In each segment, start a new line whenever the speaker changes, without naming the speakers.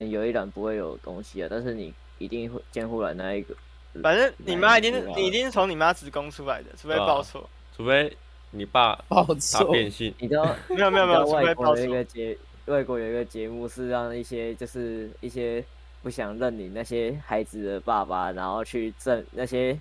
能有一栏不会有东西啊，但是你一定会监护栏那一个，
反正你妈一定是
哪一个啊
你一定是从你妈子宫出来的，除非
对啊
报错。
除非你爸
抱
他
错，
变性，
你 知道
没有没有没有，
你知
除
道
非
外
报
国有一
错。
个节，外国有一个节目是让一些就是一些不想认领那些孩子的爸爸，然后去证那些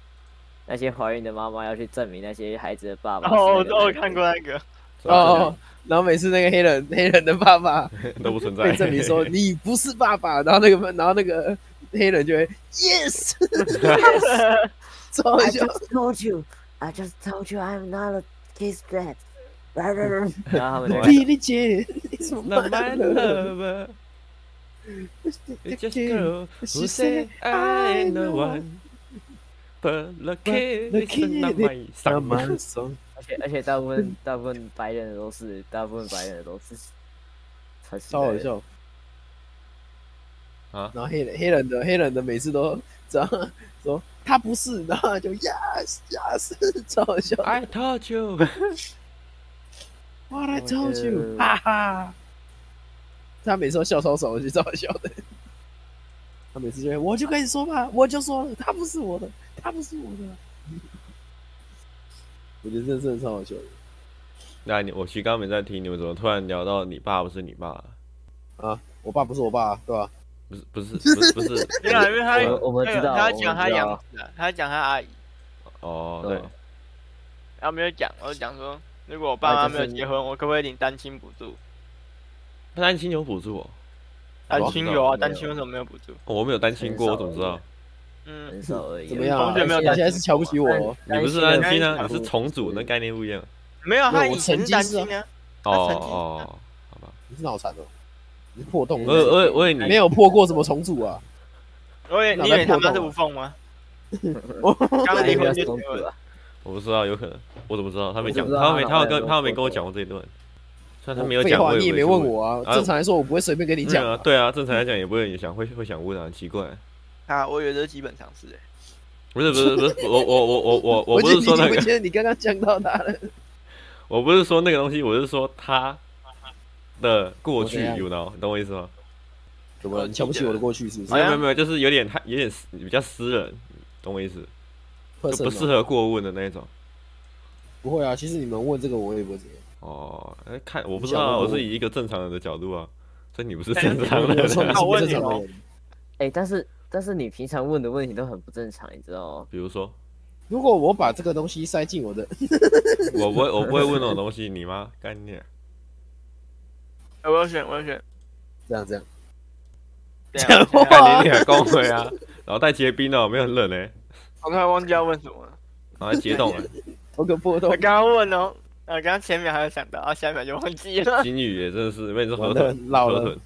那些怀孕的妈妈要去证明那些孩子的爸爸
然
是那
哦后我
个
我有
男
看
的
过那个，，
哦，然后每次那个黑人 黑人的爸爸
都不存在
被，证明说你不是爸爸， 然后那个然后那个黑人就会 yes，超好
I
哎
笑，
just told you. I just told you I'm not a kiss dad.
然后他们就
比利姐，你怎么
那 my
办了？
lover, it's just
Okay.
girl
She
who said I ain't the
know
one, but the kid
the
is not
kid
my son。
而且而且大部分大部分白人的都是，大部分白人的都是，才是
超好
白人。
笑
啊
然后黑人黑人的黑人的每次都 这样说他不是，然后就 yes yes，超 好笑。
I told you，
What I
我
told
觉
you，
得
哈哈。他每次都笑超爽，我觉得超好笑的。他每次就会，我就跟你说吧，我就说了，他不是我的，他不是我的。我觉得这真的超好笑的
那你我其实刚刚没在听，你们怎么突然聊到你爸不是你爸？
啊！我爸不是我爸、对吧、
不是不是不是不是
没有啊，因为他
我我们
那
知
个
道
他
我们
讲他
知道
养子啊，他讲他阿姨，
哦，对，
然后没有讲，我就讲说，如果我爸
啊
妈
就
没有
是
结婚，我可不可以领单亲补助？
他单亲有补助哦，
单
我
亲
不知道
有啊，
没
单
有
亲为什么没有补助？
我没有单亲过，我怎么知道？
嗯，
很少而已。
怎么样、
同
啊？
学没有
你现
担
在是瞧不起我、哦？
你不是单亲啊，你是重组，
嗯
那概念不一样。
没有啊，
没有
他
我
以前
曾
是
经
单
是啊
亲啊，
哦
曾经
哦，好吧，
你是脑残哦，你是破洞
我
的，
我我以为
没
你
有破过什么重组啊？
我以为
脑
你以
袋
为他
破
妈是
洞啊
无缝吗？
我
刚离
离
婚
婚
就
就
结婚，
我不知道，有可能，我怎么知道？他没
我
讲，
不知道
他没，
他
他
脑
有
袋有没
跟
有
他没
破
跟我
洞
讲过这一段，虽然他没有
废
讲，
话，
我
你也没问我
啊
啊。正常来说，我不会随便跟你
你
讲、
啊，对啊，正常来讲也不会想会会想问啊，很奇怪。
啊，我以为这是基本常识诶。
不是不是不是，我我我我我我
我
不
觉得
是
你
说那
我
个，
觉得你刚刚讲到他了。
我不是说那个东西，我是说他的过去
我怎样
，you know，你懂我意思吗？
怎么了？你瞧不起我的过去是不是
哎没？
好
有没有
像
没有，就是有点太有点私比较私人，懂我意思？就不
Personal
适合过问的那一种。
不会啊，其实你们问这个我也不会怎样。
哦，哎看我不
你
知
想
道啊，
问
我
我
是以一个正常人的角度啊，所以你不是
哎
正常
我说
人
你
啊。
是
那我
不
问
正
你
常
哦
的人。
哎、但是但是你平常问的问题都很不正常，你知道吗？
比如说，
如果我把这个东西塞进我的，
我不会我不会问那种东西，你妈 干你娘！
我要选，我要选。
这样这样，
这样
讲话
干你俩公会啊！然后带结冰哦，没有很冷嘞，
我突然忘记要问什么了。
然后结冻了。
投个破
我
洞，
刚刚问哦，我刚刚前面还有想到，啊，下一秒就忘记了。
金宇也真的是，被你说河
完了
豚
老
河
了
豚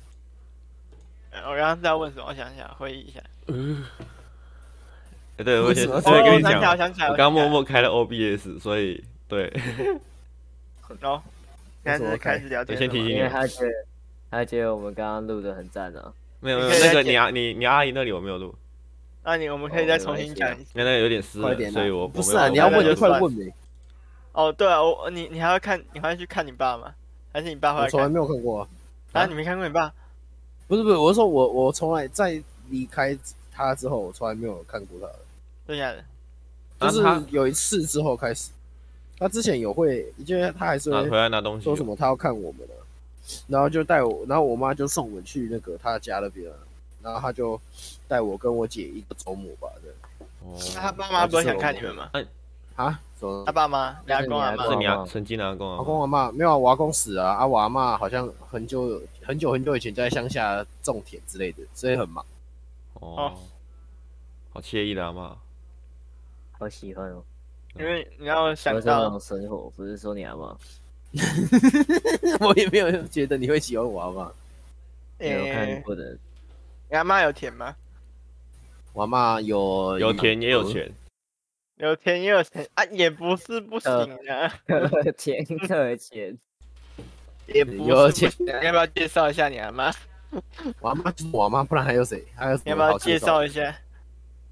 我刚刚在问什么？我想一下，回忆一下。
哎，对，我
为
先
什么
我
对
哦，
跟
我
你
想
讲
起来，，我想起来，
我刚默默开了 OBS，所以对，
想起来。然后现在是开始聊天了吗。
先提醒
因
你
为他觉得他觉得我们刚刚录的很赞啊。
没有
你
没有
可以
那
再
个
剪
你阿你你阿姨那里我没有录，
那你我们可以再重新讲一次。
那那个有点私
快
人，
点啊
所以我
不
我
是
没有
啊，你要
我没
问
有
就
录
快问呗。
哦，对啊，我你你还要看，你还要去看你爸吗？还是你爸会
我
来
从来
看？
没有看过啊，
啊，你没看过你爸？
不是不是，我是说我我从来在离开他之后，我从来没有看过他
对呀，
啊
就是
他
有一次之后开始，他之前有会，就是他还是
拿
会
回来拿东西
说什
哦，
么他要看我们啊，然后就带我，然后我妈就送我去那个他家那边啊，然后他就带我跟我姐一个周末吧，这样
哦
那他爸妈不会想看你们吗？
啊，什么
他爸妈、你阿公、阿
爸
是
妈，
你阿曾经拿公
阿
啊，
公阿妈没有啊，我阿公死了啊，啊我阿妈好像很久很久很久以前就在乡下种田之类的，所以很忙。
哦，好惬意的阿妈，
好喜欢哦！
因为你要想
我是那
到
种生活，不是说你阿妈。
我也没有觉得你会喜欢我阿妈，
哎
没有看
诶，
过的，
你阿妈有田吗？
我阿妈有
有田也有，钱，
有田也有钱啊，也不是不行啊，
钱的钱，
也不
有
是
钱
不行啊。你要不要介绍一下你阿妈？
我阿妈就是我阿妈，不然还有谁？还有什
你要
么
不要
好
介
介
绍一下？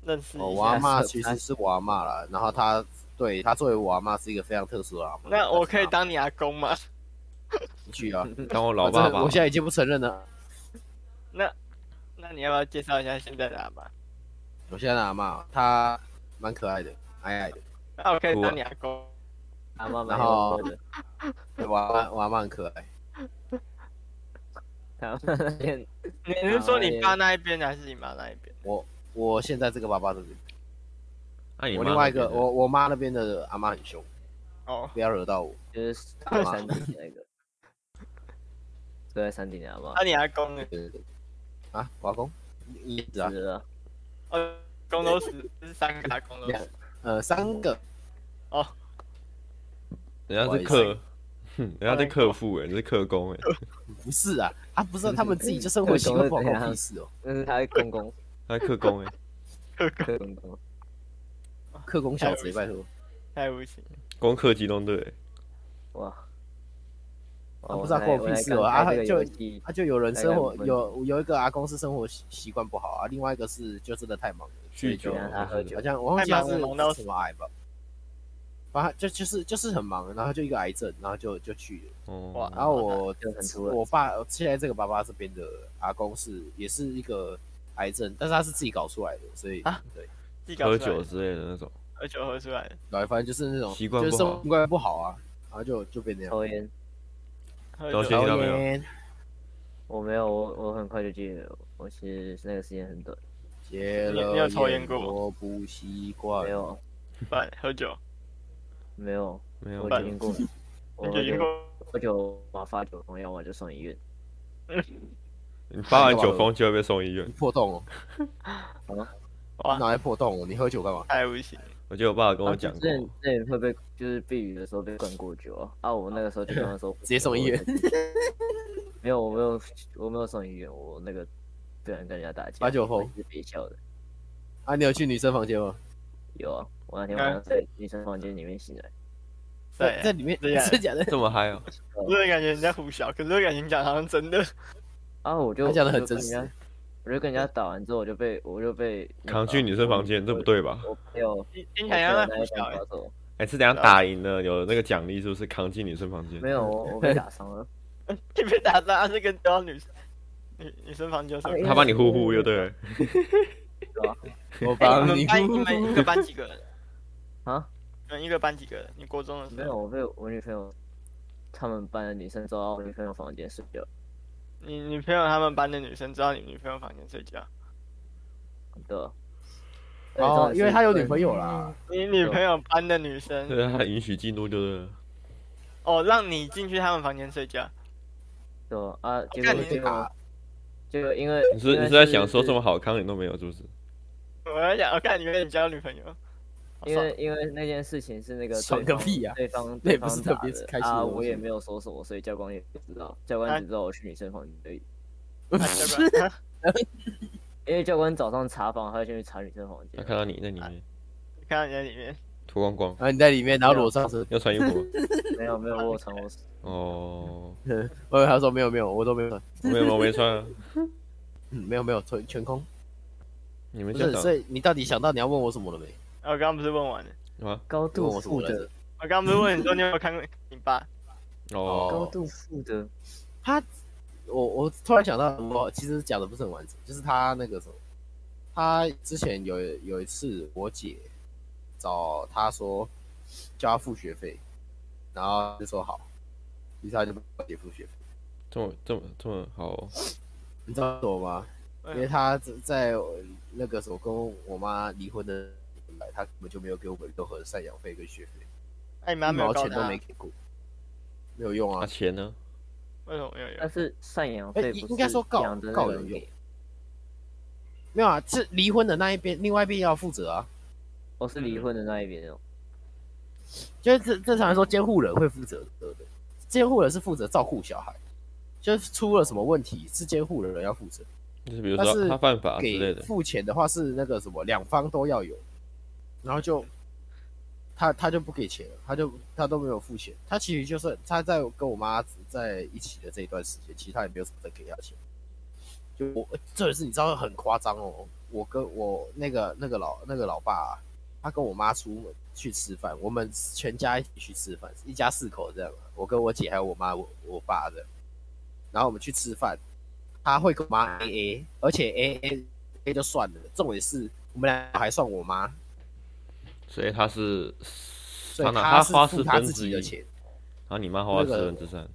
认识
哦，
一
我
下。
阿妈其实是我阿妈啦，然后她对她作为我阿妈是一个非常特殊的阿妈。
那我可以
当
当你阿公吗？
去啊，
当我老
我真
爸
的
爸
我，现在已经不承认了。
那你要不要介绍一下现在的阿妈？
我现在的阿妈，她蛮可爱的，矮矮的。
那我可以
我
当你阿公。
阿妈蛮
然后
幽默的，
对我阿嬷我阿妈很可爱。
他们那边
你你是说你爸那一边的还是你妈那一边？
我我现在这个爸爸这边，
那你
我
妈
另外一
那
个
边呢
我我妈那边的阿妈很凶，
哦，
不要惹到我。
就是住在山顶的那个，住在山顶的阿妈
那你阿公呢？
对对对，啊，我阿公，一直啊，
死了，
哦，公都死，是三个阿公都
两
死。
呃三个，
人家是
不好意
客，哼人家是客户哎，你是客工哎，
不是啊，啊不是啊，他们自己就生活习惯，不好关我 屁事哦。
那是他的公公，
他是客工哎，
客公公，
客工小子，拜托，
太无情了。
攻克机动队欸，
哇，
啊
我
不知道关我屁事哦啊就
一
啊就有人生活
大概
有有一个阿公是生活习习惯不好啊，另外一个是就真的太忙了，所以
酗
就
酒
让他喝酒
好像我忘记他是
太忙了忙到
是什么癌吧，反正就就是就是很忙，然后就一个癌症，然后就就去了。
哦
哇，
然后我
就很突然
我爸现在这个爸爸这边的阿公是也是一个癌症，但是他是自己搞出来的，所以
啊
对，
自己搞
喝
出来
酒
的，
之类的那种，
喝酒喝出来的，
然后反正就是那种
习惯不好
就是生活习惯不好啊，然后就就变那样。
抽烟，
喝
都
酒
行听到没有
烟
我没有，我我很快就戒了，我其实那个时间很短，
戒
你
了
你有抽烟过吗
我不习惯
没。有啊
不然喝酒，
没有，
没有
我决定过了， 我
你就晕
就
过。
我就把发酒疯药丸就送医院，
你发完酒疯就会被送医院。
破洞哦，
哇，
脑袋破洞哦，你喝酒干嘛？
太无情了。
我记得我爸爸跟我
啊
讲
之
过，
前之前会被就是避雨的时候被灌过酒啊，啊我那个时候就跟他说
直接送医院，
没有我没有我没有送医院，我那个不然跟人家打架，
把酒疯
我是别笑的，
啊，你有去女生房间吗？
有啊，我那天
哎
晚上在女生房间里面醒来，
对
在，在里面，
对啊
真的假的？
这么嗨哦，
我有感觉人家胡笑，可是我感觉你讲好像欸真的。
啊我就
他讲得
我就
很真
跟人
实
家，我就跟人家打完之后我就被我就被那
扛
个
去女生房间，这不对吧？
我朋友
你你
我
想
朋
要
友
那
那
胡
一
笑
班
欸
抓走，
哎，是怎样打赢了有那个奖励，是不是扛进女生房间
没？有我我被打伤 了，
你被打到，是跟丢到女生女女生房间有什么
哎
他帮你呼呼，就对了。
我
哎你
帮
们
你
班你们一个班几个人？
啊？
你们一个班几个人？你国中的时
没
候？
有我被我女朋友他们班的女生抓到我女朋友房间睡觉，
你女朋友他们班的女生知道你女朋友房间睡觉，
对哎啊。
哦，因为他有女朋
友。
友啦。
你女朋友班的女生
对，他允许进入就是
哦，让你进去他们房间睡觉，
对啊，结
看
果
你
结果结果因为
你是
因为
你是在想说这么好康你都没有，是不是？
我在想，我看你跟你交女朋友，哦啊好
因
爽
为因为那件事情是那个
爽
对
个
方
屁呀
对方
那
对
也不是
方
特
打
别开
的
心的
啊，
东
我也
西
没有说什么，所以教官也不知道，教官
啊
只知道我去女生房间而已。
啊交关
因为教官早上查房，他就先去查女生房
他
间。
看到你在里面
看到你在里面，
脱光 光，
啊，你在里面，然后裸上身。
要穿衣服吗
没有没有，我有传我
哦，
我以为他说没有没有，我都没有穿，
我没有我没穿啊，
嗯，没有没有，全全空。
你们
不，
就是打
所以你到底想到你要问我什么了没？
啊我刚刚不是问完了，
啊
高
你问
度
我什么
负
来着
的？
我刚刚不是问你说你有没有看过你爸，
哦，
高
哦
度负的，
我我突然想到，我其实讲的不是很完整，就是他那个什么，他之前有有一次我姐找他说叫他付学费，然后就说好，于是他就帮我姐付学费。
这么这么这么好哦，
你知道为什么吗？
哎
因为他在在那个时候跟我妈离婚的年代，他根本就没有给我们任何的赡养费跟学费，
哎，你
一
妈没有
毛
告
钱
他
都
啊，
没给过，没有用
啊
啊。
钱呢？
为什么没有用
但？是赡养
哎
费
应
不
应该
是
说告
养的那
告
个
有
人
用
给
没有啊，是离婚的那一边，另外一边要负责啊。
我是
嗯
离婚的那一边哦。
就是正正常来说，监护人会负责的，对不对？监护人是负责照顾小孩，就是出了什么问题是监护人要负责。
就是比如
但是
说他犯法之类
给
的，
付钱的话是那个什么，两方都要有，然后就他他就不给钱了，他就他都没有付钱。他其实就是他在跟我妈在一起的这一段时间，其实他也没有什么在给他钱。就我这也是你知道很夸张哦，我跟我那个那个老那个老爸啊、他跟我妈出门去吃饭，我们全家一起去吃饭，一家四口这样啊，我跟我姐还有我妈我我爸这样，然后我们去吃饭，他会跟我妈 A A，而且 A A A 就算了，重点是我们俩还算我妈，
所以他是
所
他
以
拿
他是
花
付
四
他
分
自
之
己
一，
的钱
然，后你妈花
那
四
个
分之三，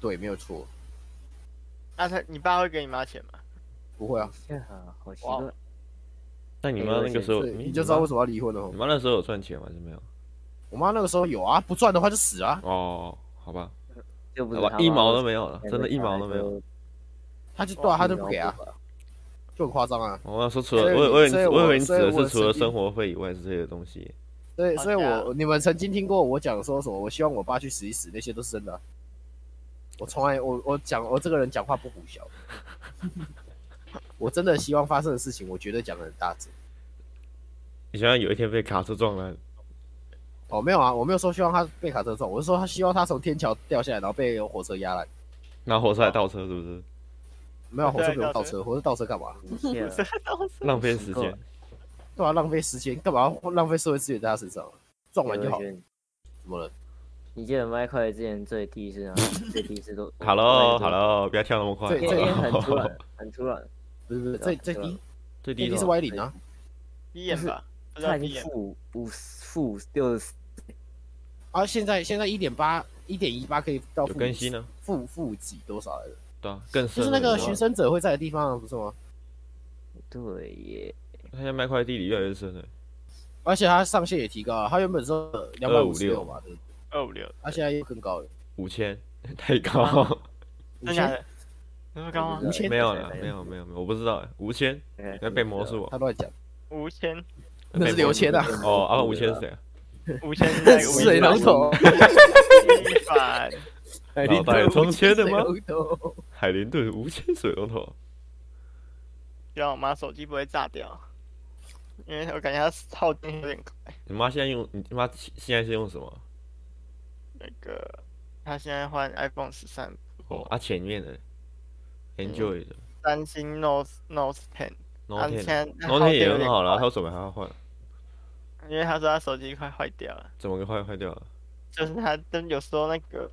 对，没有错，
那他你爸会给你妈钱吗？
不会啊，
这好好奇
哇
怪，
但你妈那个时候
所以你就
嗯
知道为什么要离婚了哦
你。妈那时候有赚钱吗？还是没有？
我妈那个时候有啊，不赚的话就死啊，
哦，好吧，
就不
好
是
吧，
他
一
妈
毛
为
都没有了
什，么
真的，一
小
毛
孩
都没有。
就，
她就对啊，她就
一毛
不给啊，
管
就很夸张啊。
我要说除了
所以
我我以为
所以
你我以为你指
所以
的
我
是除了
曾经
生活费以外之类的东西，
所以，
好
所以
像
我你们曾经听过我讲说什么？我希望我爸去死一死，那些都是真的啊、我从来我我讲我这个人讲话不胡笑， 我真的希望发生的事情，我绝对讲的很大声。
你想想有一天被卡车撞了，
哦，没有啊，我没有说希望他被卡车撞，我是说他希望他从天桥掉下来，然后被火车压烂。
拿火车来倒车是不是？
没有，火车不用
对倒
倒
车
车，火车倒车干嘛？
不见 了
浪费时间。
对啊，浪费时间，干嘛要浪费社会资源在他身上？撞完就好
有，人
怎么了？
你记得麦克之前最第一次啊，最第一次都
Hello，Hello，不要跳那么快，
对
因为因为很突然很突然，
不是不是，
对
最
啊对
最低
啊
最低
最
的
低是
吧
歪零啊，
一眼吧，不知道
他已
一
经
眼。
负五负六十，
啊，现在现在一点八一点一八可以到
有
负
更新呢，
负负几多少来着？
对啊，更
就
深
是
了。
那个
你知道
寻
吗
生者会在的地方，啊不是吗？
对耶，
他现在麦块地里越来越深了，
而且它上限也提高了，它原本是两百五十六
256
嘛，对不对
二五六，
它现在又更高了，
五千太高，
五
真假
千，
的？那么高吗
我？不知道
没有了，
对对对
没有没有没有，我不知道，五千在被魔术
他
哦，
乱讲，
五千，
那是刘谦啊，
哦啊，五千是谁啊？
五千 那个
水龙 头，
一百，
海
脑袋有装铅的吗
水龙头
海林顿无铅水龙头，
让我妈手机不会炸掉，因为我感觉它耗电有点快。
你妈现在用你妈现在是用什么？
那个，她现在换 iPhone 十三，
哦啊，前面的 Enjoy 的
三星 Note Note Ten，啊
Note
现在
Ten
耗
Note 10
电
也
有
很
点
好了，
快
他为什么还要换？
因为她说她手机快坏掉了，
怎么个坏坏掉了？
就是她真有时候那个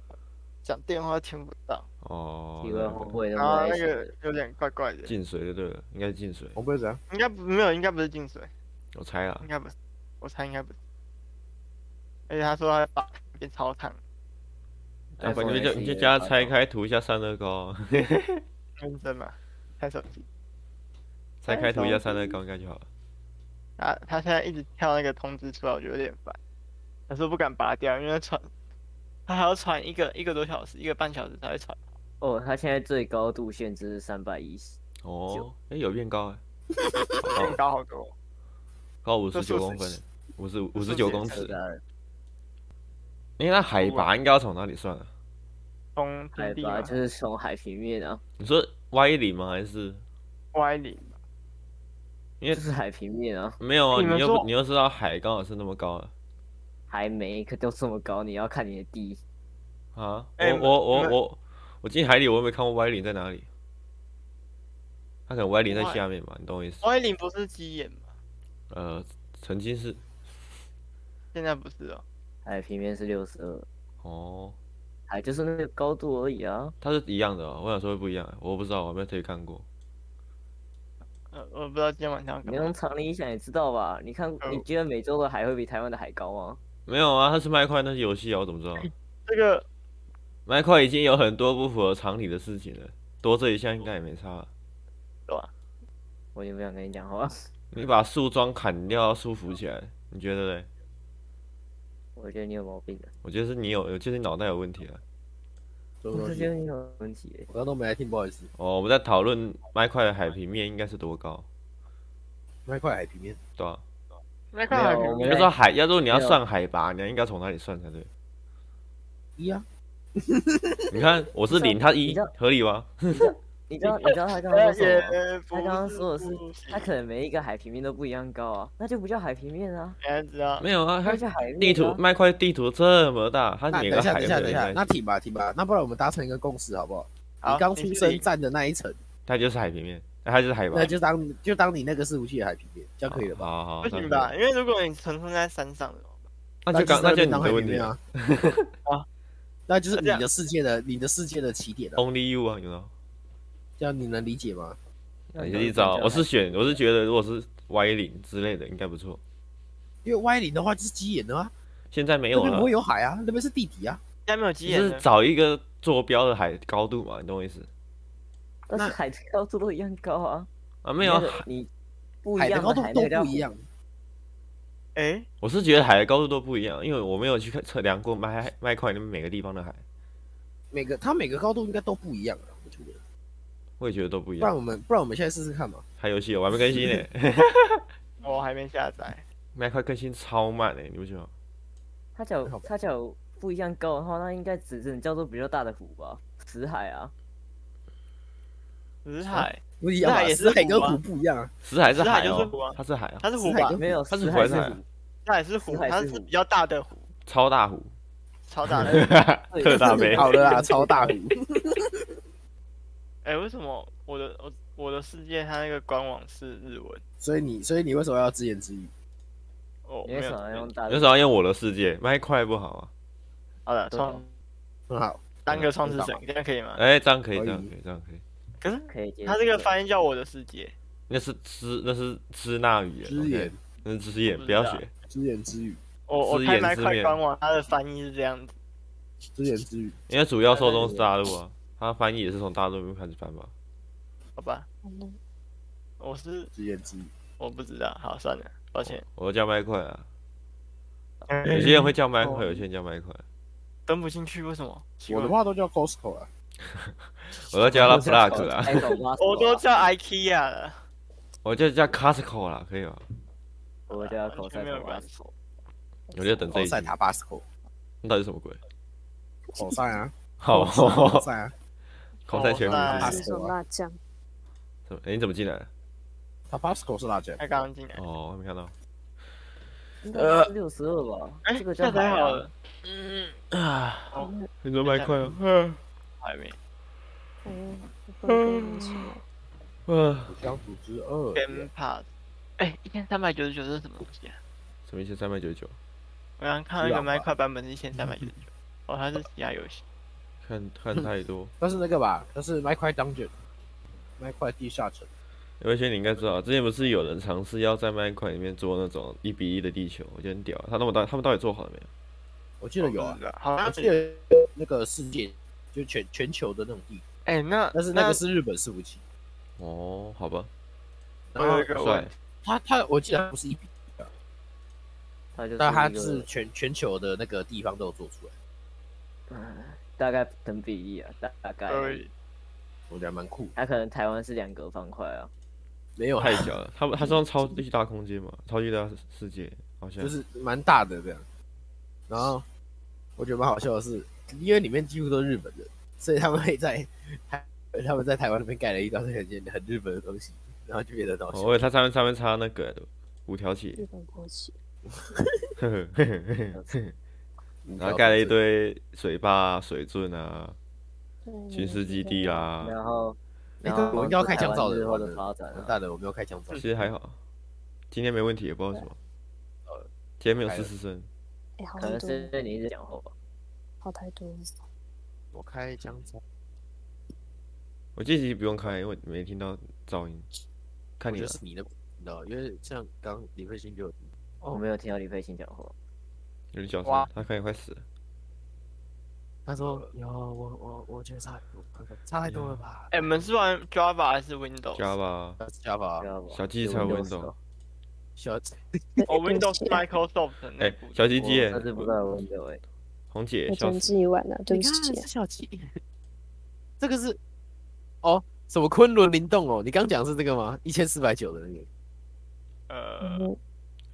讲电话听不到，
哦，
一
那
个
个
红会都
然后
没
啊那
在想
个有点怪怪的，
进水就对了，应该是进水，
红不会 怎样？
应该不没有，应该不是进水，
我猜啦
应。该不是，我猜应该不是。而且她说她把变超烫，
啊，反
iPhone
正就
SE
你就
的
加
发
拆
表
开涂一下散热膏，
认真嘛，开手机。
拆开涂一下散热膏应该就好了。
他啊他现在一直跳那个通知出来，我觉得有点烦。可是我不敢拔掉，因为传，他还要传一个一个多小时，一个半小时才会传。
哦，他现在最高度限制是三百一十，
哦，哎，有变高哎，
更高好多。
高五
这
十九
数值
公分，五十五
这
十
数
九
值
公
太
尺
真。
啊
的
哎，那海拔应该要从哪里算啊？
从
海
平地啊
拔
嘛
哎啊就是从海平面啊，
你说歪零吗？还是
歪零嘛，
因
就
为
是海平面啊，
没有啊？
你们
你又不
说
你又知道海刚好是那么高啊？
还没可都这么高，你要看你的地，
啊，
哎
我我
你
我
们
我我进海里，我又没看过歪零在哪里。它可能歪零在
歪哦
下面吧，你懂我意思？
歪零不是鸡眼嘛？
呃，曾经是
现在不是哦。
海平面是六十二，
哦，
海就是那个高度而已啊，
它是一样的哦。我想说会不一样，我不知道，我没有特意看过。
呃，我不知道今天晚上要
你
干嘛
用。常理一想也知道吧？你
哦
看，你觉得美洲的海会比台湾的海高吗？
没有啊，它是麦块，那是游戏啊，我怎么知道？
这个
麦块已经有很多不符合常理的事情了，多这一项应该也没差啊了。
对吧？
我就不想跟你讲话，
你把树桩砍掉，树扶起来，你觉得嘞？
我觉得你有毛病啊的，
我觉得是你有，就是你脑袋有问题了。
对
我
不
就觉
对？
得你有问题欸。
我刚刚都没来听，不好意思，
哦，我们在讨论麦块的海平面应该是多高，
那块海平面，
对吧、啊？
那
没
看海
有，
平
我
你
们
要
在
说海，要说你要
没有
算海拔，你应该从哪里算才对？
一啊，
你看我是零，他一
你知道，
合理吗？
你知道你知道他刚刚
那
说什么吗？
也不
他刚刚说的是
不，
他可能每一个海平面都不一样高啊，那就不叫海平面啊，
现在知道
没有啊，
那
它
叫海
地
面
图
啊。
麦块地图这么大，它
那
每
等
个
一下，
海
等一
都
下，
有
等一下，那停吧，停吧，那不然我们达成一个共识好不好？
好
你刚出
你是
生
零
站的那一层，
它就是海平面，那它就是海拔啊
那，就当就当你那个是无器的海平面，这样可以了吧？
好好，好
不行吧？？因为如果你存存在山上的话，
那就刚那就
就
你
当
的
海
问
平
题
面
啊
啊。 那就是你的世界的你的世界的起点了。啊
哦，Only you 啊，you know。
这样你能理解吗？
啊也是一招。我是选，我是觉得如果是 Y 零之类的应该不错。
因为歪零的话就是鸡眼的啊，
现在没
那
有
边
了
不会，有海啊，那边是地底啊。
现在没有鸡
就
眼
是
了，
找一个坐标的海高度嘛，你懂我意思？
但是
那
海的高度都一样高啊。
啊，没有啊
你那，个你不一
海的
样啊
高度
海
都
那个叫
不一样，
哎，
我是觉得海的高度都不一样，因为我没有去看测量过麦麦块那边每个地方的海，
每个它每个高度应该都不一样啊，我觉得。
我也觉得都不一
不然
样。
我们不然我们现在试试看嘛。
还游戏我还没更新呢，
我还没下
啊
载。
麦块更新超慢呢，你不觉得吗？
它叫
好吧
它叫不一样高的话，那应该只能叫做比较大的湖吧，死海啊。
死海，
不一样
那
吧？
也是
死海跟
湖啊
湖不一样啊，
死海
死
是
海就是湖
哦
啊，
它是海啊，
它是湖
死海
吧？
跟
没有，
它是
死
湖
海
还
是
是海啊
湖，
它也是湖
死，海
它
是
是
湖
比较大的湖，
超大湖，
超大 的湖。
特大杯。
好了啦，超大湖。
哎，为什么我的我我的世界它那个官网是日文？
所以你所以你为什么要自言自语？
哦，
你
没
为
有
什么要
注
用
意。
大
有
的
时？候要用我的世界，麦块不好啊。
好了，
对啊
创
很好，
当个创世
知道
神，这样可以吗？
哎，这样可以，
可以
这样可以，这样可以。
可是
可以接
它这个
受
翻译叫我的世界，
那是支，那是支那语言
只言
，OK，那是支言，
不
不要
知道
学。
只言自语，
我我
自
开
言
麦
自
块
面
官网，它的翻译是这样子。
只言自语。
因为主要受众是大陆啊，它翻译也是从大陆那边开始翻吧。
好吧，我是
自言自语，
我不知道，好算了，抱歉。
我都叫麦块啊，有些人会叫麦块，
哦
有些人叫麦块，
登不进去，为什么？奇
我
怪
的话都叫 Costco 啊，
我都叫它 plug 啊，
开口 挖
我都
手啊
叫 IKEA 了，
我就叫 Costco 啦，可以吗？
我都叫口
完全
塞
没有
口啊挖
关系
手。
我就等这一集
塞，塔巴斯口，
那到底什么鬼？
口塞啊，
好，
口塞啊，
口塞全部
口
是
塞
不是
是什么辣酱？
怎么？哎，你怎么进来了？
塔巴斯口是辣酱。
他刚刚进来。
哦，我没看到。
应该是六十二吧？
哎，
这个叫
下载
海
好
啊
了。。嗯，
啊，
哦，
你说麦块啊？
还没。
哦
嗯，我不能
嗯
跟你起来。
啊，
江组织二，
Game Pass。哎，一千三百九十九是什么东西啊？
什么一千三百九十九？
我刚刚看到一个
是啊
麦块版本是一千三百九十九，哦，它是其他游戏。
看看太多，
但是那个吧，但是麦块 dungeon，麦块地下城，
有一些你应该知道，之前不是有人尝试要在麦块里面做那种一比一的地球，我觉得很屌啊。他那么大，他们到底做好了没有？
我记得有
哦
啊，
嗯好
我
像
记
是。
得那个世界就全全球的那种地，
哎，那
但是那个是日本伺服器，
哦，好吧，哦
然
我
后
有一个
帅
问，
它它我记得它不是一比一的，
它就是
但它
一个
是全全球的那个地方都有做出来，
大概等比例啊，大大概。
呃，
我觉得蛮酷。
它可能台湾是两个方块啊。
没有
太小了。他们他是用超巨大空间嘛，超巨大世界，好像
就是蛮大的这样。然后我觉得蛮好笑的是，因为里面几乎都是日本人，所以他们会在 台他们在台湾那边盖了一张很很日本的东西，然后就变得很好
哦，
笑。
我以为他上面上面插那个五条旗，
日本国旗，
呵呵呵呵呵然后盖了一堆水坝、啊、水圳啊、
对
军事基地，啦。
然后，
那
然
个
后
我应该要开
台
枪
湾
照的，
日后
完
的
了
发展
完
啊。
蛋了，我没有开枪照
其。实还好，今天没问题，也不知道为什么。今天没有
开
四
了
四声，
哎，好
可能
太
是因
多，
为你一直讲话吧。
好太 多。
我开枪照，
我这集不用开，因为没听到噪音。看
我
你
觉
了
得，是你的，你知道，因为像刚李慧欣就有
我没有听到李佩欣讲话。
有点小
哇
声，他可能快死了。
他说有我我我觉得差差太多了吧？
哎，你们是玩 Java 还是 Windows？
Java
加吧
知，道吧
小鸡才
有
Windows
哦
小
哦，Windows 是
啊
Microsoft 的那
哎
部，
小鸡鸡耶
我，但是不知道 Windows 哎。
红姐
我
笑
整自
死，
己玩了，对
你
不
看
起
是。小鸡，这个是哦，什么昆仑灵动哦？你刚讲的是这个吗？一千四百九的那个
呃，
嗯，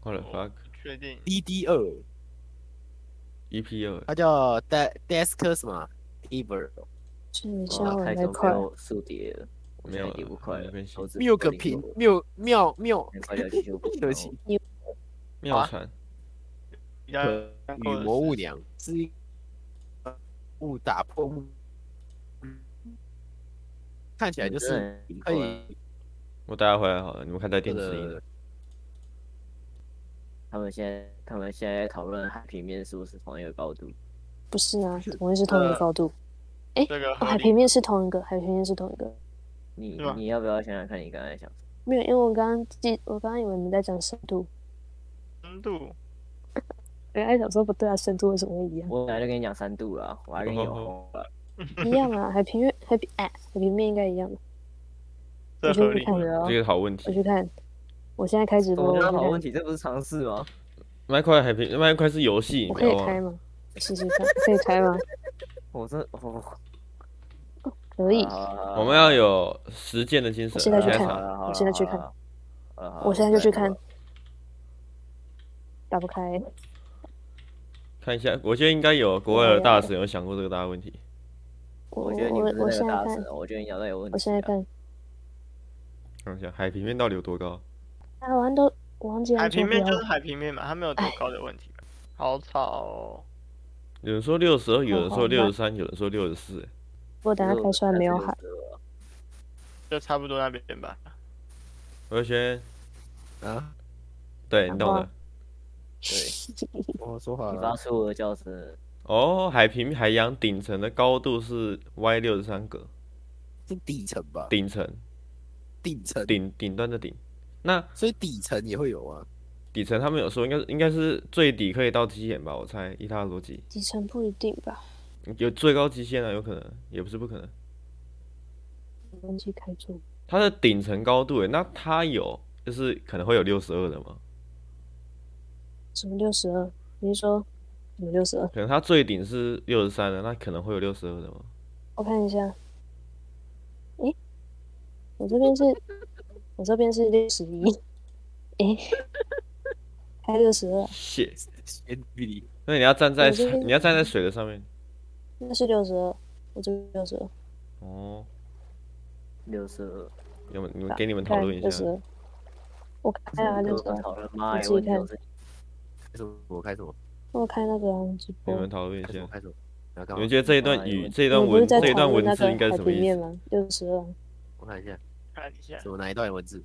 我的 fuck
不确定
DD 二，
EP 二，
它叫 De Desk 什么 Ever
是你是要
我要
玩
开
那
始没
块？
有速叠了，我
没
现
有
在叠
了
不快了
没关系，
手指
谬个
不灵
平
活了
谬妙妙，
没关系其实我不 知
对
道
不起，
妙传
比较难
与
过的
魔
是
物娘是一呃物打破物，看起来就
真的
是
很灵
可
活啊
以
我带他回来好了，你们看在电视里呢
的。
他们现在他们现在讨论海平面是不是同一个高度？
不
呃
是啊，同一是同一个高度。
这个
哦，
合
海
理
平面是同一个，海平面是同一个。
你
是吗
你要不要想想看你刚才想？
没有，因为我刚刚记，我刚刚以为你们在讲深度，
深度
我刚才想说不对啊，深度为什么会一样？
我本来就跟你讲三度了，啊我还
哦
跟你有红了。
一样啊，海平面，海平哎，海平面应该一样吧。
这
我先
合
去
理
看
吗？
了哦
这，个好问
我
题。
去看，我现在开直
怎么
播，
叫
我去
好
看
问，题？这不是常识吗？
麦块还平，麦块是游戏，你啊
我
知
可以
道
开
吗？
吗？试试看，可以开吗？
我哦真我
可以，
我
我们要有实践的精神。
我现在去
开
看
场
我现在去看。
好呃了好了好了好了好了
我现在就去
好
看
了，
打不开，
看一下，我觉得应该有国外的大神有想过这个大问题。
我
我觉得你不
我
是
我
那
现
个
在
大
看
神，，我觉得你脑袋有问题啊。
我现在看，嗯
看一下海平面到底有多高？
啊，我按都我忘记按
海
坐
平面
标
就是
了，
海平面嘛，它没有多
哎
高的问题嘛。好吵哦！
有人说六十二，有人
好
说
好
六十三，有人说六十四。
我等下
就是
开出来没有嗯
我
海，
就差不多那边吧。
我轩，
啊，
对你懂的。
我说好
你发
了，
出我的叫声，
哦，海平海洋顶层的高度是 Y 六十三格，
是底层吧？
顶层
底层，
顶顶端的顶。那
所以底层也会有啊。
底层他们有说应该应该是最底可以到极限吧？我猜依他的逻辑，
底层不一定吧？
有最高极限啊，有可能也不是不可能。
我忘记开住，
它的顶层高度耶，那它有就是可能会有六十二的吗？
什么六十二？你是说什么六十二？
可能它最顶是六十三的，那可能会有六十二的吗？
我看一下，诶，我这边是，我这边是六十一，诶，开六十二，
谢，
先距离
那你要站在
我这边
你要站在水的上面
那是六十二，我这边六十二，
哦。
六十二。
你们你们给你们讨
看
论一
六十
下，
二，我开啊
跟
六
我
十二
们，讨论妈
你
呀，
自己
问题都
看
是
开什么？我开什么？
我开那个啊直
你
播。
们讨论一
开什么？
下，
开什么？你要干
你
嘛
们？觉得这一
妈
段
呀
语
我
这一
我
段
们不是
文
在
这一
讨
段
论
文
那
字应该
个
是
海
什么
平
意
面
思？
吗？六十二，
我看一下，
看一下
什，么哪一段文字？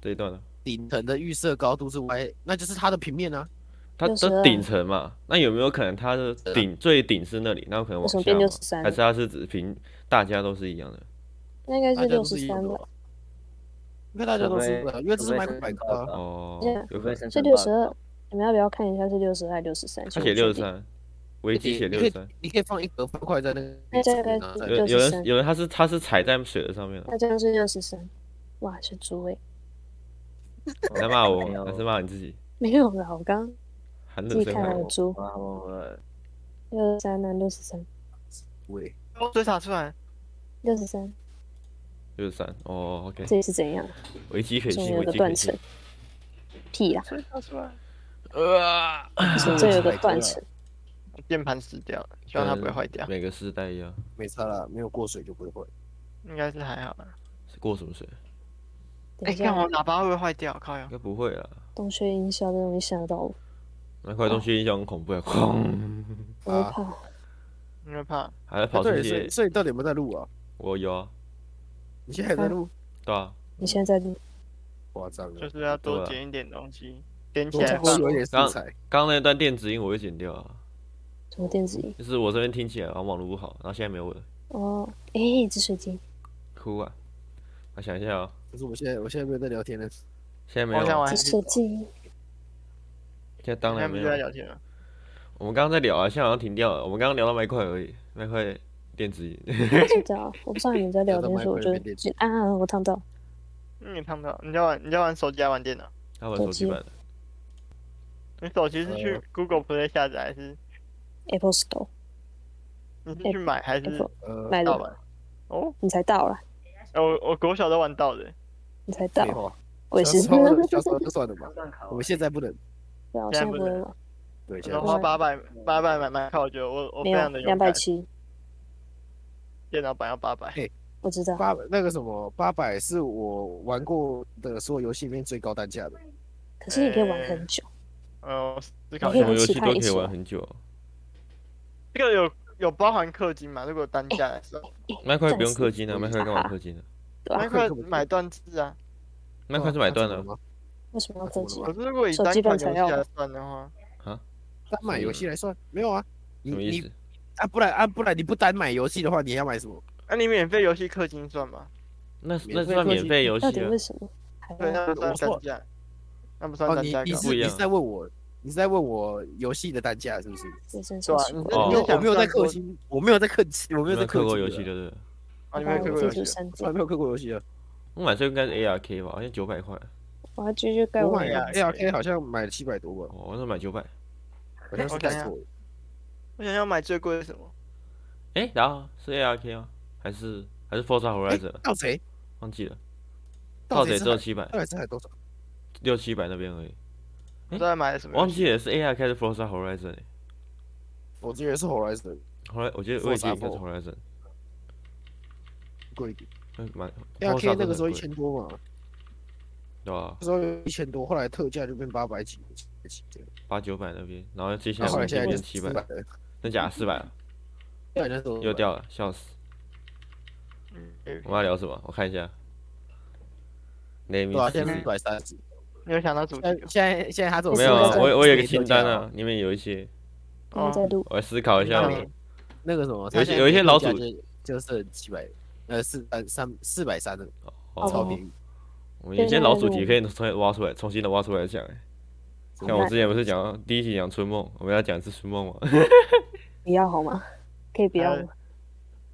这一段啊呢？
顶层的预设高度是 y，那就是它的平面啊。
它的
62
顶层嘛，那有没有可能它的顶最顶是那里，那有可能往
为什么
下
变
嘛？
63
还是它是指平大家都是一样的？
那应该
大
是
家
六
都
十
是一
三
样的
吧？
吧。应该大家都是一样的，因为这是麦克百科啊。
哦，
哦
这样，
有
有
可
可
能。
能
是六十二，你们要不要看一下是六十二还是六十三？
他写六十，三，维基写
你
六
可
十
以
三。
你可以放一格方块在那个
那这个
上面
有
啊
有人
63
有人他是他是踩在水的上面 的，
那这样是六十三。哇，是猪诶，
你在骂我
没有
还是骂你自己？
没有啦，我刚
很
自
冷
己
声
看
喊
了
我，
猪
妈我
六十三呢，六十三，
喂，
哦水洒出来，
六十三，
六十三哦，OK，
这里 是怎样？
维基可以
中间
信，
有
维
个
基可
断
以信
层。，屁啦，
水洒出来，
呃，
是这有个断层，
键盘死掉了，希望它不会
呃
坏掉，
每个世代一样，
没差啦，没有过水就不会坏。
应该是还好啦。
是过什么水？
等
哎，
一
看
下
我，喇叭会不会坏掉？靠呀
应！该不会啦，
洞穴音效这容易吓到我，
那块东西影响很恐怖啊，哐，
我
啊
会怕。
因为怕
还在
啊
跑出
对，所
去
以，所以你到底有没有在录啊？
我有啊，
你现在还在录？
对啊，
你现在在录，
夸张
就
了，
是要
对
多
啊
捡一点东西，捡起
多
来
讲
放
多。留一点素材。
刚刚那段电子音我会剪掉啊，
什么电子音？
就是我这边听起来然后网络不好，然后现在没有我了，
哦，诶，紫水晶，
哭啊，我想一下啊，
可是我现在我现在没有在聊天了，
现在没
我想
有，
玩
紫，水晶，
现在当
现在
然
不
没
是
有
在。聊天了，
我们刚刚在聊啊，现在好像停掉了。我们刚刚聊到麦块而已，麦块电子音。
不知道，我不知道你们在聊天时，我就啊，我烫到。
嗯，你看不到，你在玩你在玩手机还玩电脑？
他玩手机版的，
你手机是去
呃
Google Play 下载，还是
Apple Store
你是去买，还是
Apple
呃，
买
盗
的，
版？哦，
你才到啦，
哎我我国小都玩盗的，
你才
废
到，
话，
我也
小
是。
时候 的小时候就算了吧，
上考
我们现在不能，
对啊，我
现在
现在
不
不会
能
玩，
对，
我
现在
都
不
花
能
八百八百买麦克，我觉得我我非
没有
常的
两
勇
百
敢，
七，
电脑版要八百，
我知道。
八那个什么八百是我玩过的所有游戏里面最高单价的，
可是你可以玩
呃
很久，
呃，我思考
我
一
可
下
什么游
以玩，哎其
戏
他
都
一
可以
起
玩
玩
很久哦。
这个有有包含氪金嘛？如果单价来说，
哎
麦块不用氪
氪
金
的，
啊，麦块干嘛氪金啊？
对
麦
啊，
克买断制啊，
麦块是买断
那
的
怎么，了吗？
为什么要氪金
可？是如果以
啊手
单
机
款游
版才
戏
要
来
吧
算的话，
单买游戏来算没有啊？
什
你
么意思
你？啊，不然啊，不然你不单买游戏的话，你要买什么？
那你免费游戏氪金算吗？
那
免
那
费
算
科
免
技
费游戏
到底
啊
为？什么？还
对，啊那
要
不算
我错
单价，那不算
哦，
单
你
价
你
高。
是
不一
你
样
是在问我，你是在问我游戏的单价是不是？
这真是
对啊
奇
你
怪
哦
因
你有
为我
想
没有在
算
氪
过
金，我没有在氪金，我没有在
在氪
氪
过
金
游
的
戏，对不对？
啊，你
哦
没
我
有
要
氪过
自
游戏？
助三
我还
点，
没有氪过游戏啊。
我买最应该是 ARK 吧，好像九百块。
我要继续盖
我
我
买
呀
的
A R K 好像买了七百多吧，
哦我那时候买九百。
好像是
我
看
想想
错了。
我想要买最贵的什么？
哎，然后是 ARK 吗？还是还是 Forza
哎
Horizon？啊
盗贼，
忘记了。
盗
盗
贼
贼
是
只有
海
七百，
盗贼是海多少？
六七百那边而已。
我到底买了什么
我
游
忘
戏？
记了是 ARK 还是 Forza Horizon 欸。
我记得是 Horizon
后来我觉得我也记得应该是
Forza
Horizon，
贵一点
嗯，蛮。
，A R
Forza
K 那
真
个
的
时候
很
一
贵
千多嘛，
对吧？
那时候一千多，后来特价就变八百几，几这样
八九百那边，然后接下来
然后后哦来现在
变
就
七
400
百，
了，
真假四百啊
现在那时候
又掉了，笑死！
嗯
我们要聊什么？我看一下。Name
对啊，
is
现在
City
一百三十。
没有想到主题
呃
现在现在现在他这种
没有啊，
是
我我有个
自己特
清
价
单啊，里面有一些，
然后
哦。
再录。
我来思考一
那
下我
你
的。
那个什么，
有一些有一些老鼠
就剩七百，呃四呃三四百三的超
哦，
便宜，
我们有些老主题可以重新挖出来，重新的挖出来讲。哎
好
像我
那
之前不是讲第一集讲春梦，我们要讲一次春梦吗？
不要好吗？可以不要
哎
吗？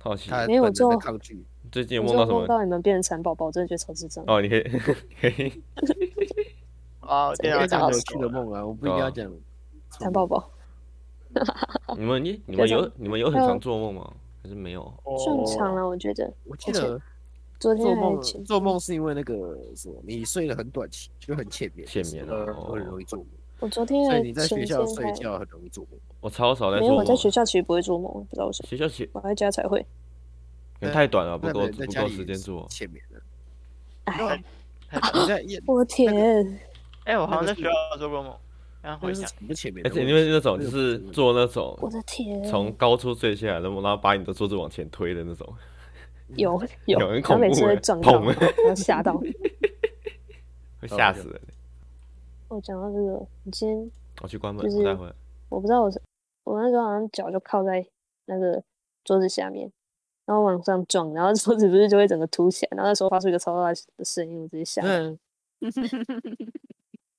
好奇
他
没有
本人
就
的抗拒，
最近有
我
梦
就
到什
梦
么？
到你们变成蚕宝宝，我真的觉得超智障。
哦，你可以可以
啊，
对
电
啊
脑
要讲
讲
有趣的梦啊，我不一定要讲。
蚕宝宝
你们你你们
非常
有你们有很常做梦吗？还是没有？
哦
正常啊了，我觉得。
我记得
昨天
做
还
梦
前
做梦是因为那个什么，你睡得很短期，就很浅眠，
浅眠啊
呃
哦
很容易做梦。
我昨天
所
还
以你在学
前
校
天
睡
还
觉很容易做梦。
我超少在
没
做
有，
梦
我
啊。
在学校其实不会做梦，不知道为什么，
学校写
我在家才会。
太短了，不
那
够
人在
不
家
够
里
时间做。
浅眠的。啊
哎，
你在夜
我天，
哎，我好像
那
在学
个是
校做过梦，然后
那
回
是
想，
什么浅眠
而
的
且
问
因
题？
为哎那种就是做那种
我的天，
从高处坠下来，然后然后把你的桌子往前推的那种，
有有，
有很
然后每
恐
次
怖
会
欸
撞到，
砰
然后吓到。
会
哦
吓死人。
我讲到这个，你今天
我去关门，
就是
我再回来。
我不知道我是我那时候好像脚就靠在那个桌子下面，然后往上撞，然后 桌子不是就会整个凸起来，然后那时候发出一个超大的声音，我直接吓到。
嗯，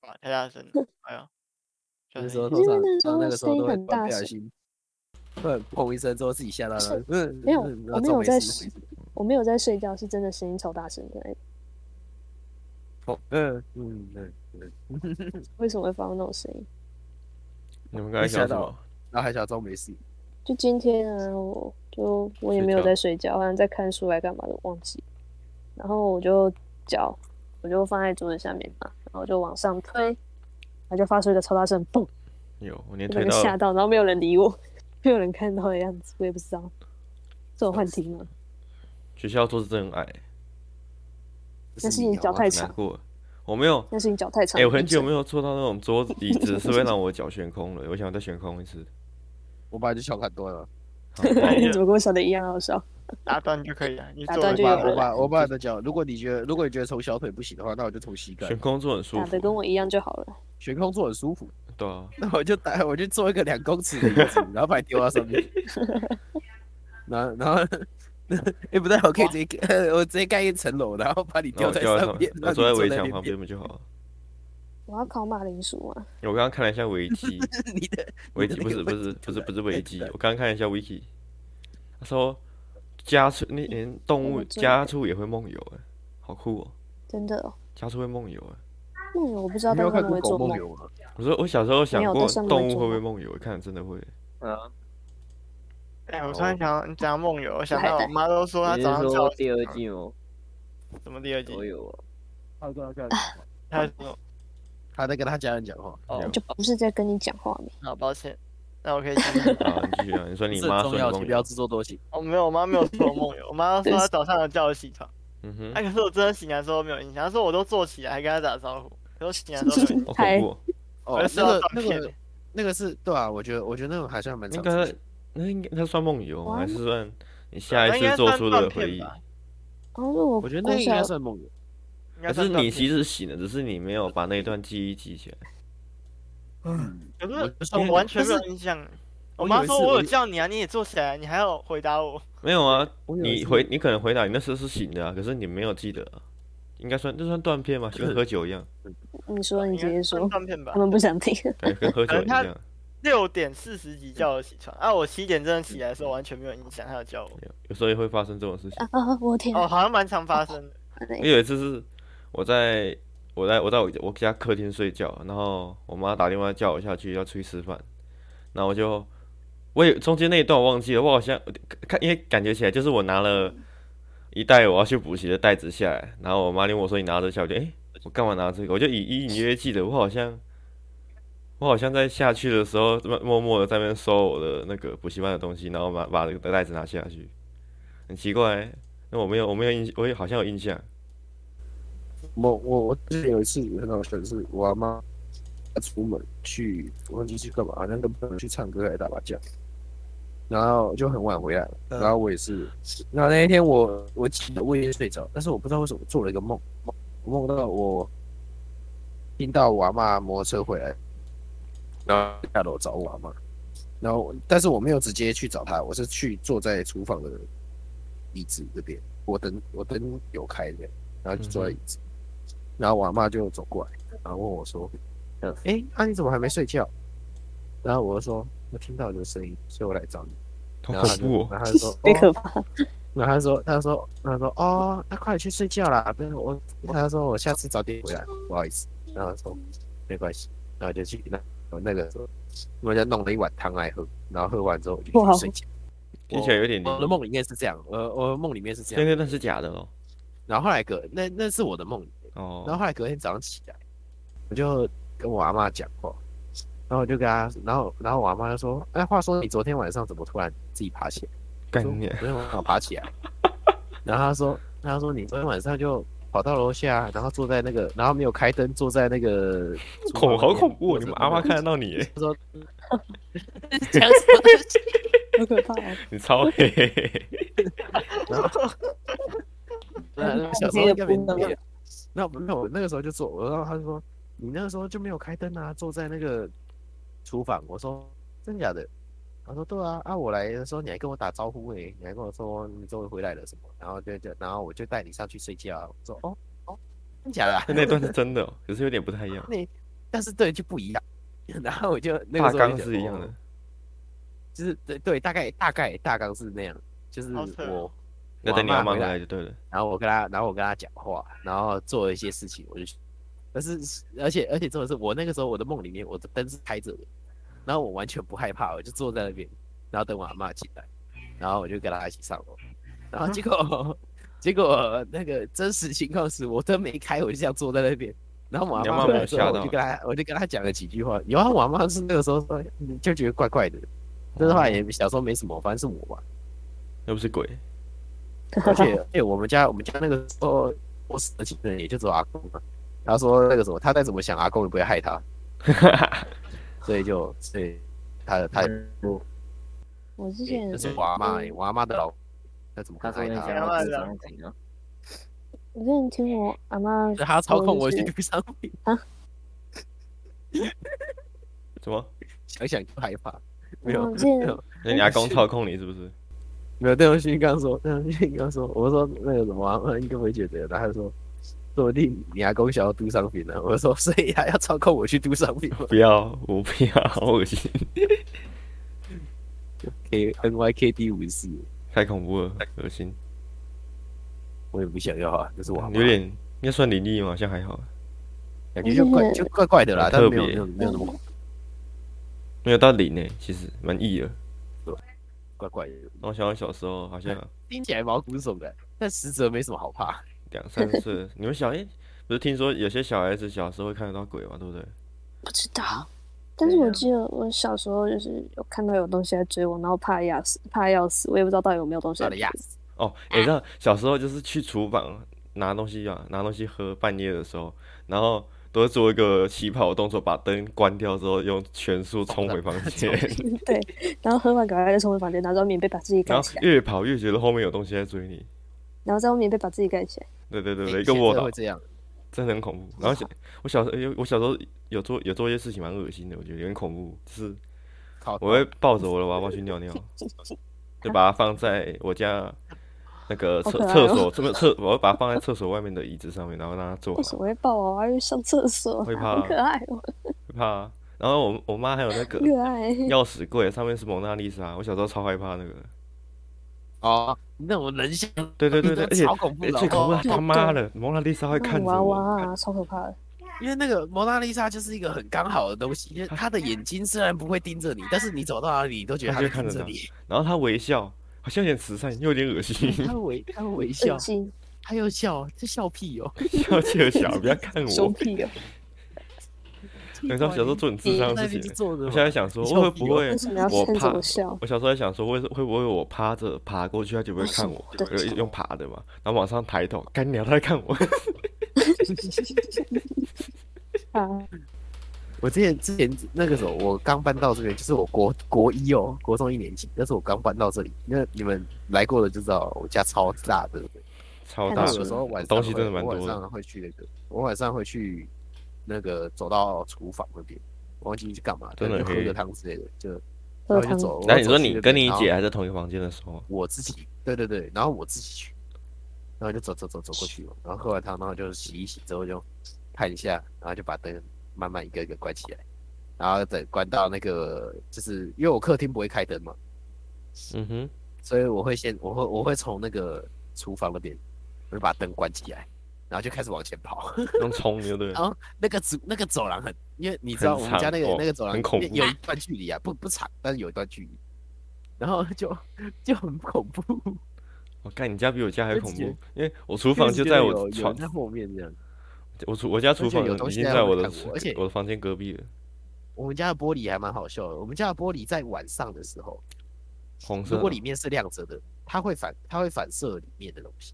哇，太大声 了，哎呀，
那
小
时
声
候
一
通常
因为那时候
那个时候都
声
会
音很大
不小心， 会砰一声之后自己吓到
不
了
是。
嗯，
没有
嗯
我
然后
没
皱
有
眉
在
思
睡我没有在睡觉，是真的声音超大声的。哎
哦嗯嗯嗯，嗯
为什么会发出那种声音？
你们刚才讲什么？
然后还假装没事。
就今天啊，我就我也
睡
没有
觉
在睡觉，好像在看书来干嘛的，忘记。然后我就脚，我就放在桌子下面嘛，然后就往上推，然后就发出一个超大声，嘣，
有，我连
我整
推
个
到
吓到，然后没有人理我，没有人看到的样子，我也不知道。这种幻听啊吗？
学校桌子真的很矮，
那是你
好
脚
吗
太
难
长，
过了。我没有，
那是你脚太长。
哎，我很久没有坐到那种桌子椅子是会让我脚悬空了，我想再悬空一次。
我本来就小看多了，
好不好
你 怎么跟我想的一样好笑？
打断就可以了，你
打
做
断
了
就
我
有
把
吧
我
了
把我把你的脚，如果你觉得如果你觉得从小腿不行的话，那我就从膝盖
悬。空坐很舒
打的跟
服，
我一样就好了。
悬空坐很舒服，
对啊，
那我就打我就做一个两公尺的椅子，然后把你丢到上 面，然后 然后。哎、不对，我可以直接，我直接盖 一层楼，然后把你
然
吊
后
在
哦掉在
上
上
面
面，，
让
我
你
坐在围
那
墙
边
旁边不就好了？
我要烤马铃薯啊！
我刚刚看了一下维基，
你的
维
你
基
的
不
那
是
个
不
问
是
题
不是
出
不
来
是维
问
基
题出，来
我刚刚看一下 wiki，他说家畜那连动物
我知道
家畜也会梦游，哎，好酷哦，
真的、哦，
家畜会梦游，哎，
梦游我不知道，
你没
但
有看
是他们
过
会
狗
做
梦啊
梦。啊
游吗？
我说我小时候想
没有
过
但是他们会
动物
做
会不会
梦
梦游，看真的会，
嗯，
哎，我突然想到你讲到梦游，我想
来
到我
来
妈都说她
你
早
是
上叫
说
我
第二季吗？
什么第二集，
都有啊，
他跟他 讲，
她说
他在跟他家人讲话，
哦
有
我就不是在跟你讲话没？
好抱歉，那我可以讲。
啊，你继续啊，你说你
这
妈
重
说
要
你
题
梦
不要
游，
自作多情。
哦，没有，我妈没有说我梦游，我妈说她早上有叫我起床，
嗯
哎、
哼，
可是我真的醒来之后没有印象，她说我都坐起来还跟她打招呼，可是我醒来之后没有印象，
好
嗨
恐怖哦，
哦
我 就，收
那
到
个
照
那
片
个那个是对啊，我觉得我觉得那种还算蛮
那
常
个
见。
那应该那算梦游吗
哇
还是算你下
那
一
应该
次做
算
出
断
的
片
回忆？
吧
然后我
我觉得那
国
个应
小
该算梦游，
应
可
该
是
算断
你
片
其实醒了，只是你没有把那一段记忆记起来。
可
我
是
就算
我
梦
完
游
全没有印象，我
我
妈
以为
说
是
我
我
有
以
叫你啊，你也做起来，你还要回答我。
没有啊，
我以为
你
是
回你可能回答你那时候是醒的啊，可是你没有记得啊，应该算这算断片吗？就跟喝酒一样，
你说，啊你
应
直
该
接
算
说，
断片吧
他。们不想听。
对，跟喝
可
酒
能
一
他
样。
六点四十几叫我起床，啊，我七点真的起来的时候完全没有印象，他有叫我。
有时候也会发生这种事情。
啊啊！我天
哦，
啊，
好像蛮常发生的。
哦
我有一次是我在我在我在我我家客厅睡觉，然后我妈打电话叫我下去要出去吃饭，然后我就我也中间那一段我忘记了，我好像看因为感觉起来就是我拿了一袋我要去补习的袋子下来，然后我妈问我说你拿这下来，我就诶、我干嘛拿这个？我就隐隐约约记得我好像。我好像在下去的时候，默默的在那边收我的那个补习班的东西，然后把把那个袋子拿下去，很奇怪、欸那我没有，我没有印，我也好像有印象。
我我我之前有一次很好笑，是我阿妈她出门去，我忘记去干嘛，好像跟朋友去唱歌还是打麻将，然后就很晚回来了，然后我也是，然后那一天我我起来我也睡着，但是我不知道为什么做了一个梦，我梦到我听到我阿妈摩托车回来，然后下楼找我阿妈，然后但是我没有直接去找她，我是去坐在厨房的椅子这边，我灯我灯有开的，然后就坐在椅子。然后我阿妈就走过来，然后问我说：“
嗯
哎、啊你怎么还没睡觉？”然后我就说：“我听到你的声音，所以我来找你。”
好
然后
恐
他就
怖、哦！
然后他就说：“
太可
哦。
怕！”
然后他说：“他说，他说，哦，那快点去睡觉啦，不然我……他说我下次早点回来，不好意思。”然后说：“没关系。”然后就去那我那个时候，我就弄了一碗汤来喝，然后喝完之后我就
哇
去睡觉。
听起来有点离
我的梦里面是这样，呃，我的梦里面是这
那
样。
那那是假的哦。
然后后来隔那那是我的梦，
哦，
然后后来隔天早上起来，我就跟我阿妈讲话，然后我就跟她，然后然后我阿妈就说：“哎，话说你昨天晚上怎么突然自己爬起来？”
概
我说
念
昨天晚上爬起来。然后她说：“她说你昨天晚上就跑到楼下，然后坐在那个，然后没有开灯，坐在那个
恐好恐怖、哦！
我
你们阿妈看得到你耶，
她说
讲什么东西？好可怕哦！
你超黑。
呃小时候应该没那么那我没有，我那个时候就做，然后他就说你那个时候就没有开灯啊，坐在那个厨房。我说真假的？他说对啊，啊我来的时候你还跟我打招呼诶、你还跟我说你终于回来了什么，然后就就然后我就带你上去睡觉啊。我说哦哦，真假的、啊？
那那段是真的、哦，可是有点不太一样。
那但是对就不一样。 然后我就那
大
个时候
纲
就觉得
是一样，的
哦，就是对对，大概大概大纲是那样，就是
好扯哦
我
那等你阿妈
回
回
来
来就对了。
然后我跟他，然后我跟他讲话，然后做了一些事情，我就，但是而且而且重点是我那个时候我的梦里面我的灯是开着的，然后我完全不害怕，我就坐在那边，然后等我阿妈进来，然后我就跟他一起上楼，然后结
啊
果结果那个真实情况是我灯没开，我就这样坐在那边。然后我阿
你阿
妈
嬷
回
没
来
有
之
吓
后，我
到
就跟他，我就跟他讲了几句话。有啊，我阿妈是那个时候说，嗯就觉得怪怪的，但是后来也
哦
小时候没什么，反正是我嘛。
又不是 鬼，
而且而且我们家我们家那个时候我死的亲人也就只有阿公嘛。他说那个什么，他再怎么想，阿公也不会害他，所以就所以他的他
我之前
那是我阿妈、欸我阿妈的老，那怎么可
他
能
说你
害
想
他？
要 自装警啊，
我之前听我阿妈
他要操控我去路上，
什么？
想想就害怕。 没有
我之前
那你阿公操控你是不是？
没有，邓永勋刚说，邓永勋刚说，我说那个什么、阿妈应该不会觉得，然后他说。说不定你阿公想要嘟商品呢、我说，所以还要操控我去嘟商品 吗
不要，我不要，好恶心，
？K N Y K D 五四，
太恐怖了，恶心。
我也不想要啊，这是我阿
你
嬷
有点，应该算灵异吗？好像还好。
感觉就怪就怪怪的啦，
很
但
特
没有没
别
有没有那么
没有到灵呢，其实蛮异的。
怪怪的，
那我想到小时候好像
听起来毛骨悚然，但实则没什么好怕。
两三岁 的，你们小哎、不是听说有些小孩子小时候会看得到鬼吗？对不对？
不知道，但是我记得我小时候就是有看到有东西在追我，然后怕要死，怕要死，我也不知道到底有没有东西在
到底
追
要
我。
哦，
啊
哎、你知道小时候就是去厨房拿东西啊，拿东西喝，半夜的时候，然后都会做一个起跑的动作，把灯关掉之后，用全速冲回房 间，
对，然后喝完赶快就冲回房间，拿着棉被把自己盖
然后
起来，
越跑越觉得后面有东西在追你。
然后再用棉被把自己盖 起来。
对对对
以
对，一
前
个卧
真的
倒
会，这样，
真的很恐怖。然后小我小时候，哎我小时候有做有做一些事情蛮恶心的，我觉得有点恐怖，就是
靠，
我会抱着我的娃娃去尿 尿，就把它放在我家那个
好
厕
可爱
厕
哦
所这边厕，我会把它放在厕所外面的椅子上面，然后让它坐
为什
好，
么会抱娃娃去上厕所？
会怕
好可爱哦，
会怕啊。然后我我妈还有那个
热爱。
钥匙柜，上面是蒙娜丽莎，我小时候超害怕那个。
哦，那种人像
对对对对，而且
超恐怖
哎
的
最恐怖的
哦
他妈的蒙娜丽莎会
那种
看着
娃
我，
娃啊，超可怕的。
因为那个蒙娜丽莎就是一个很刚好的东西，因为 她的眼睛虽然不会盯着你，但是你走到哪里你都觉得她
她
在
就
盯
看
着
得
你，
然后她微笑，好像有点慈善，又有点恶心。
她会微她会微笑
恶，心，
她又笑，这笑 屁哦！
笑气的小，不要看
凶
我。
屁啊！
你知道小时候 做很智障的
在那
事
边
情，
坐着
我
嘛，
现在想说，
你
会不
笑屁哦
会
但是你要
我
先
怕
怎么笑？
我小时候在想说，会会不会我趴着爬过去，他就不会看我，
对
我就用爬哦的嘛，然后往上抬头，干鸟他在看我，
啊，
我之前之前那个时候，我刚搬到这边，就是我国国一哦，国中一年级，那时候我刚搬到这里。那你们来过了就知道，我家超大
嗯
的，
超
看
大
到
那
是
有时候
的，
晚上
东西
会
真的蛮
我晚
多的。
上会去那个，我晚上会去那个走到厨房那边，我忘记去干嘛，
真的
就喝
可以
个汤之类的，就然
喝
后就
汤
走。我
那
就
你
走
说
去
你
那
跟
边
你
然后
姐还在同一个房间的时候，
我自己，对对对，然后我自己去，然后就走走走走过去嘛，然后喝完汤，然后就洗一洗之后就看一下，然后就把灯慢慢一个一个关起来，然后等关到那个，就是因为我客厅不会开灯嘛，
嗯哼，
所以我会先我会我会从那个厨房那边，我就把灯关起来，然后就开始往前跑。
用冲对不对？
然后那个走那个走廊很，因为你知
很
道我们家
长
那个
哦
那个走廊
很恐
有
怖
有一段距离啊，不不长，但是有一段距离， 然后就就很恐怖。
我看你家比我家还
我
恐怖
姐，
因为我厨房就在
有
我
有
床
人，在后面这样。
我厨我家厨房
有东
已
西
经
在
在
后
我
面
的
看
厨
我而且
我的房间隔壁了，
我们家的玻璃还蛮好笑的，我们家的玻璃在晚上的时候，
红色
如
的
果，里面是亮着的，它会反它会反射里面的东西，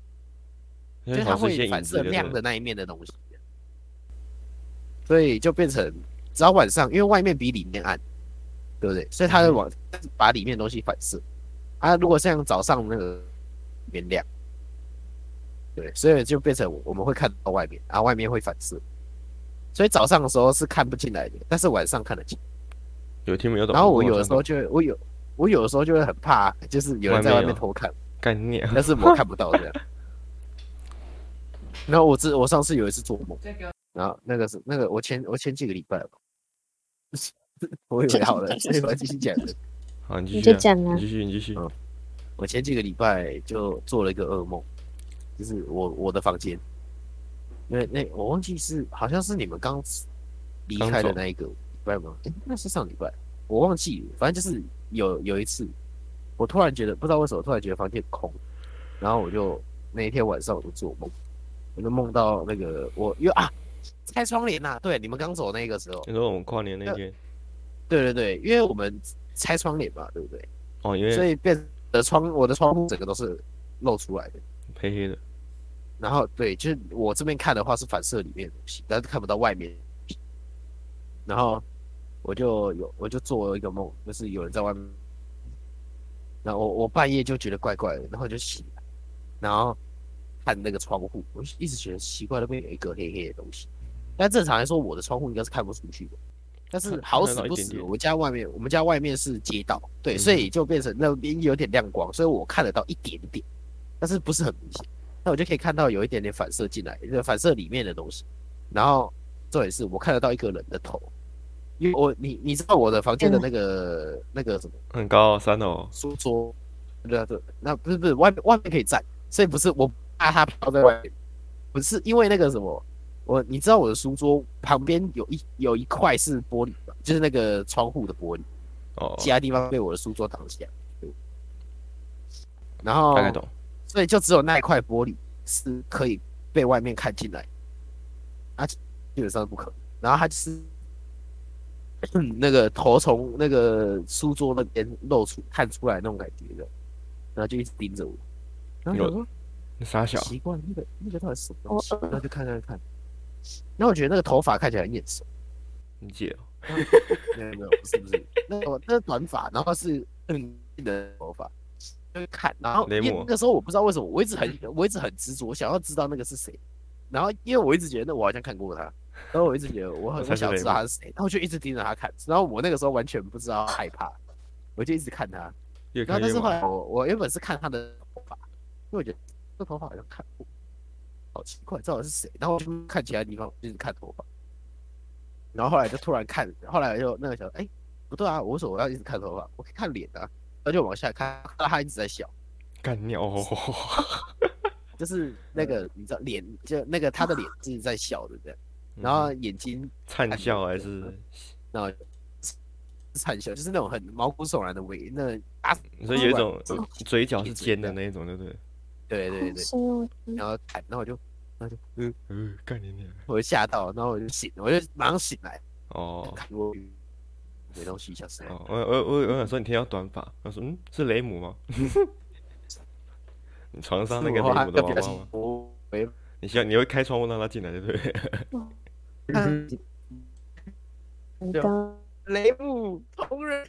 因为
就是它
好像是一些
会
影
反
子
射
就
亮的
对。
那一面的东西，啊所以就变成只要晚上，因为外面比里面暗，对不对？所以
嗯
它会往把里面的东西反射。啊，如果像早上那个明亮，对，所以就变成我们会看到外面，啊，外面会反射，所以早上的时候是看不进来的，但是晚上看得清。
有听没有懂？
然后我
好
有的
像
时候就会，我有我有的时候就会很怕，就是有人在
外
外
面哦
面
有
偷看，
干啊鸟，
但是我看不到这样。然后我之我上次有一次做梦，然后那个是那个我前我前几个礼拜吧， 我以为好了，所以我要继续讲了。
好，你
你
继续
就讲啊
你继续，你继续。
嗯我前几个礼拜就做了一个噩梦，就是我我的房间，因为那我忘记是好像是你们刚离开的那一个礼拜吗？诶那是上礼拜，我忘记了，反正就是有有一次，我突然觉得不知道为什么突然觉得房间空，然后我就那一天晚上我就做梦，我就梦到那个我因为啊开窗帘呐、对，你们刚走那个时候，
你说我们跨年那天，
对对对，因为我们拆窗帘嘛，对不对？
哦，因
所
为
以变得窗我的窗户整个都是露出来的。
黑黑的，
然后对，就是我这边看的话是反射里面的东西，但是看不到外面。然后我就有我就做了一个梦，就是有人在外面，然后我我半夜就觉得怪怪的，然后就醒来，然后看那个窗户，我就一直觉得奇怪，那边有一个黑黑的东西。但正常来说，我的窗户应该是看不出去的，但是
看
好
看
死
得到
不
一点
死，
点
我们家外面我们家外面是街道，对，
嗯
所以就变成那边有点亮光，所以我看得到一点点，但是不是很明显。那我就可以看到有一点点反射进来，就是反射里面的东西。然后重点是我看得到一个人的头，因为我你你知道我的房间的那个、那个什么
很高啊三楼。
书桌，对啊对，那不是不是外面外面可以站，所以不是我怕他飘在外面，不是因为那个什么，我你知道我的书桌旁边有一有一块是玻璃嘛，就是那个窗户的玻璃，
哦，
其他地方被我的书桌挡起来。对然后
大概懂。
所以就只有那一块玻璃是可以被外面看进来，啊，基本上是不可能。然后他就是 那个头从那个书桌那边露出探出来那种感觉的，然后就一直盯着我，然后我想
那傻小
说奇怪，那个那个到底是什么东西？
我饿
然后就看看看，然后我觉得那个头发看起来很眼熟，
你姐哦，
没有没有，不是不是，那我那是短发，然后是嗯的头发，就看，然后
雷
因为
姆
那个时候我不知道为什么，我一直很我一直很执着，想要知道那个是谁，然后因为我一直觉得那我好像看过他，然后我一直觉得我很
我才是
我想
雷
知道
蒙
他是谁，然后我就一直盯着他看，然后我那个时候完全不知道害怕，我就一直看他，
越
然
看
后但
越
是
猛。
后来我我原本是看他的头发，因为我觉得这头发好像看过，好奇怪，这到底是谁？然后我就看其他地方，就是看头发，然后后来就突然看，后来就那个想，哎、不对啊，我为什么我要一直看头发？我可以看脸啊，然后就往下看，看到他一直在笑，
干哦鸟，
就是那个你知道脸，就那个他的脸就是在笑的这样，
嗯
然后眼睛
灿笑还是
然后惨笑，就是那种很毛骨悚然的微那啊，
你说有一种
这种
嘴角是尖的那一种，对不对？
对对对，
是因为
然后看，然后我就
嗯，干你娘！
我就吓到，然后我就醒，我就马上醒来，
哦
看我没东西消失了，
哦，我我我我想说你听到短发，我说嗯是雷姆吗？ 你床上那个
我
雷姆的娃
比较
娃吗
幸？福，没
你希望你会开窗户让他进来，对不对？
你刚
啊
雷姆同人，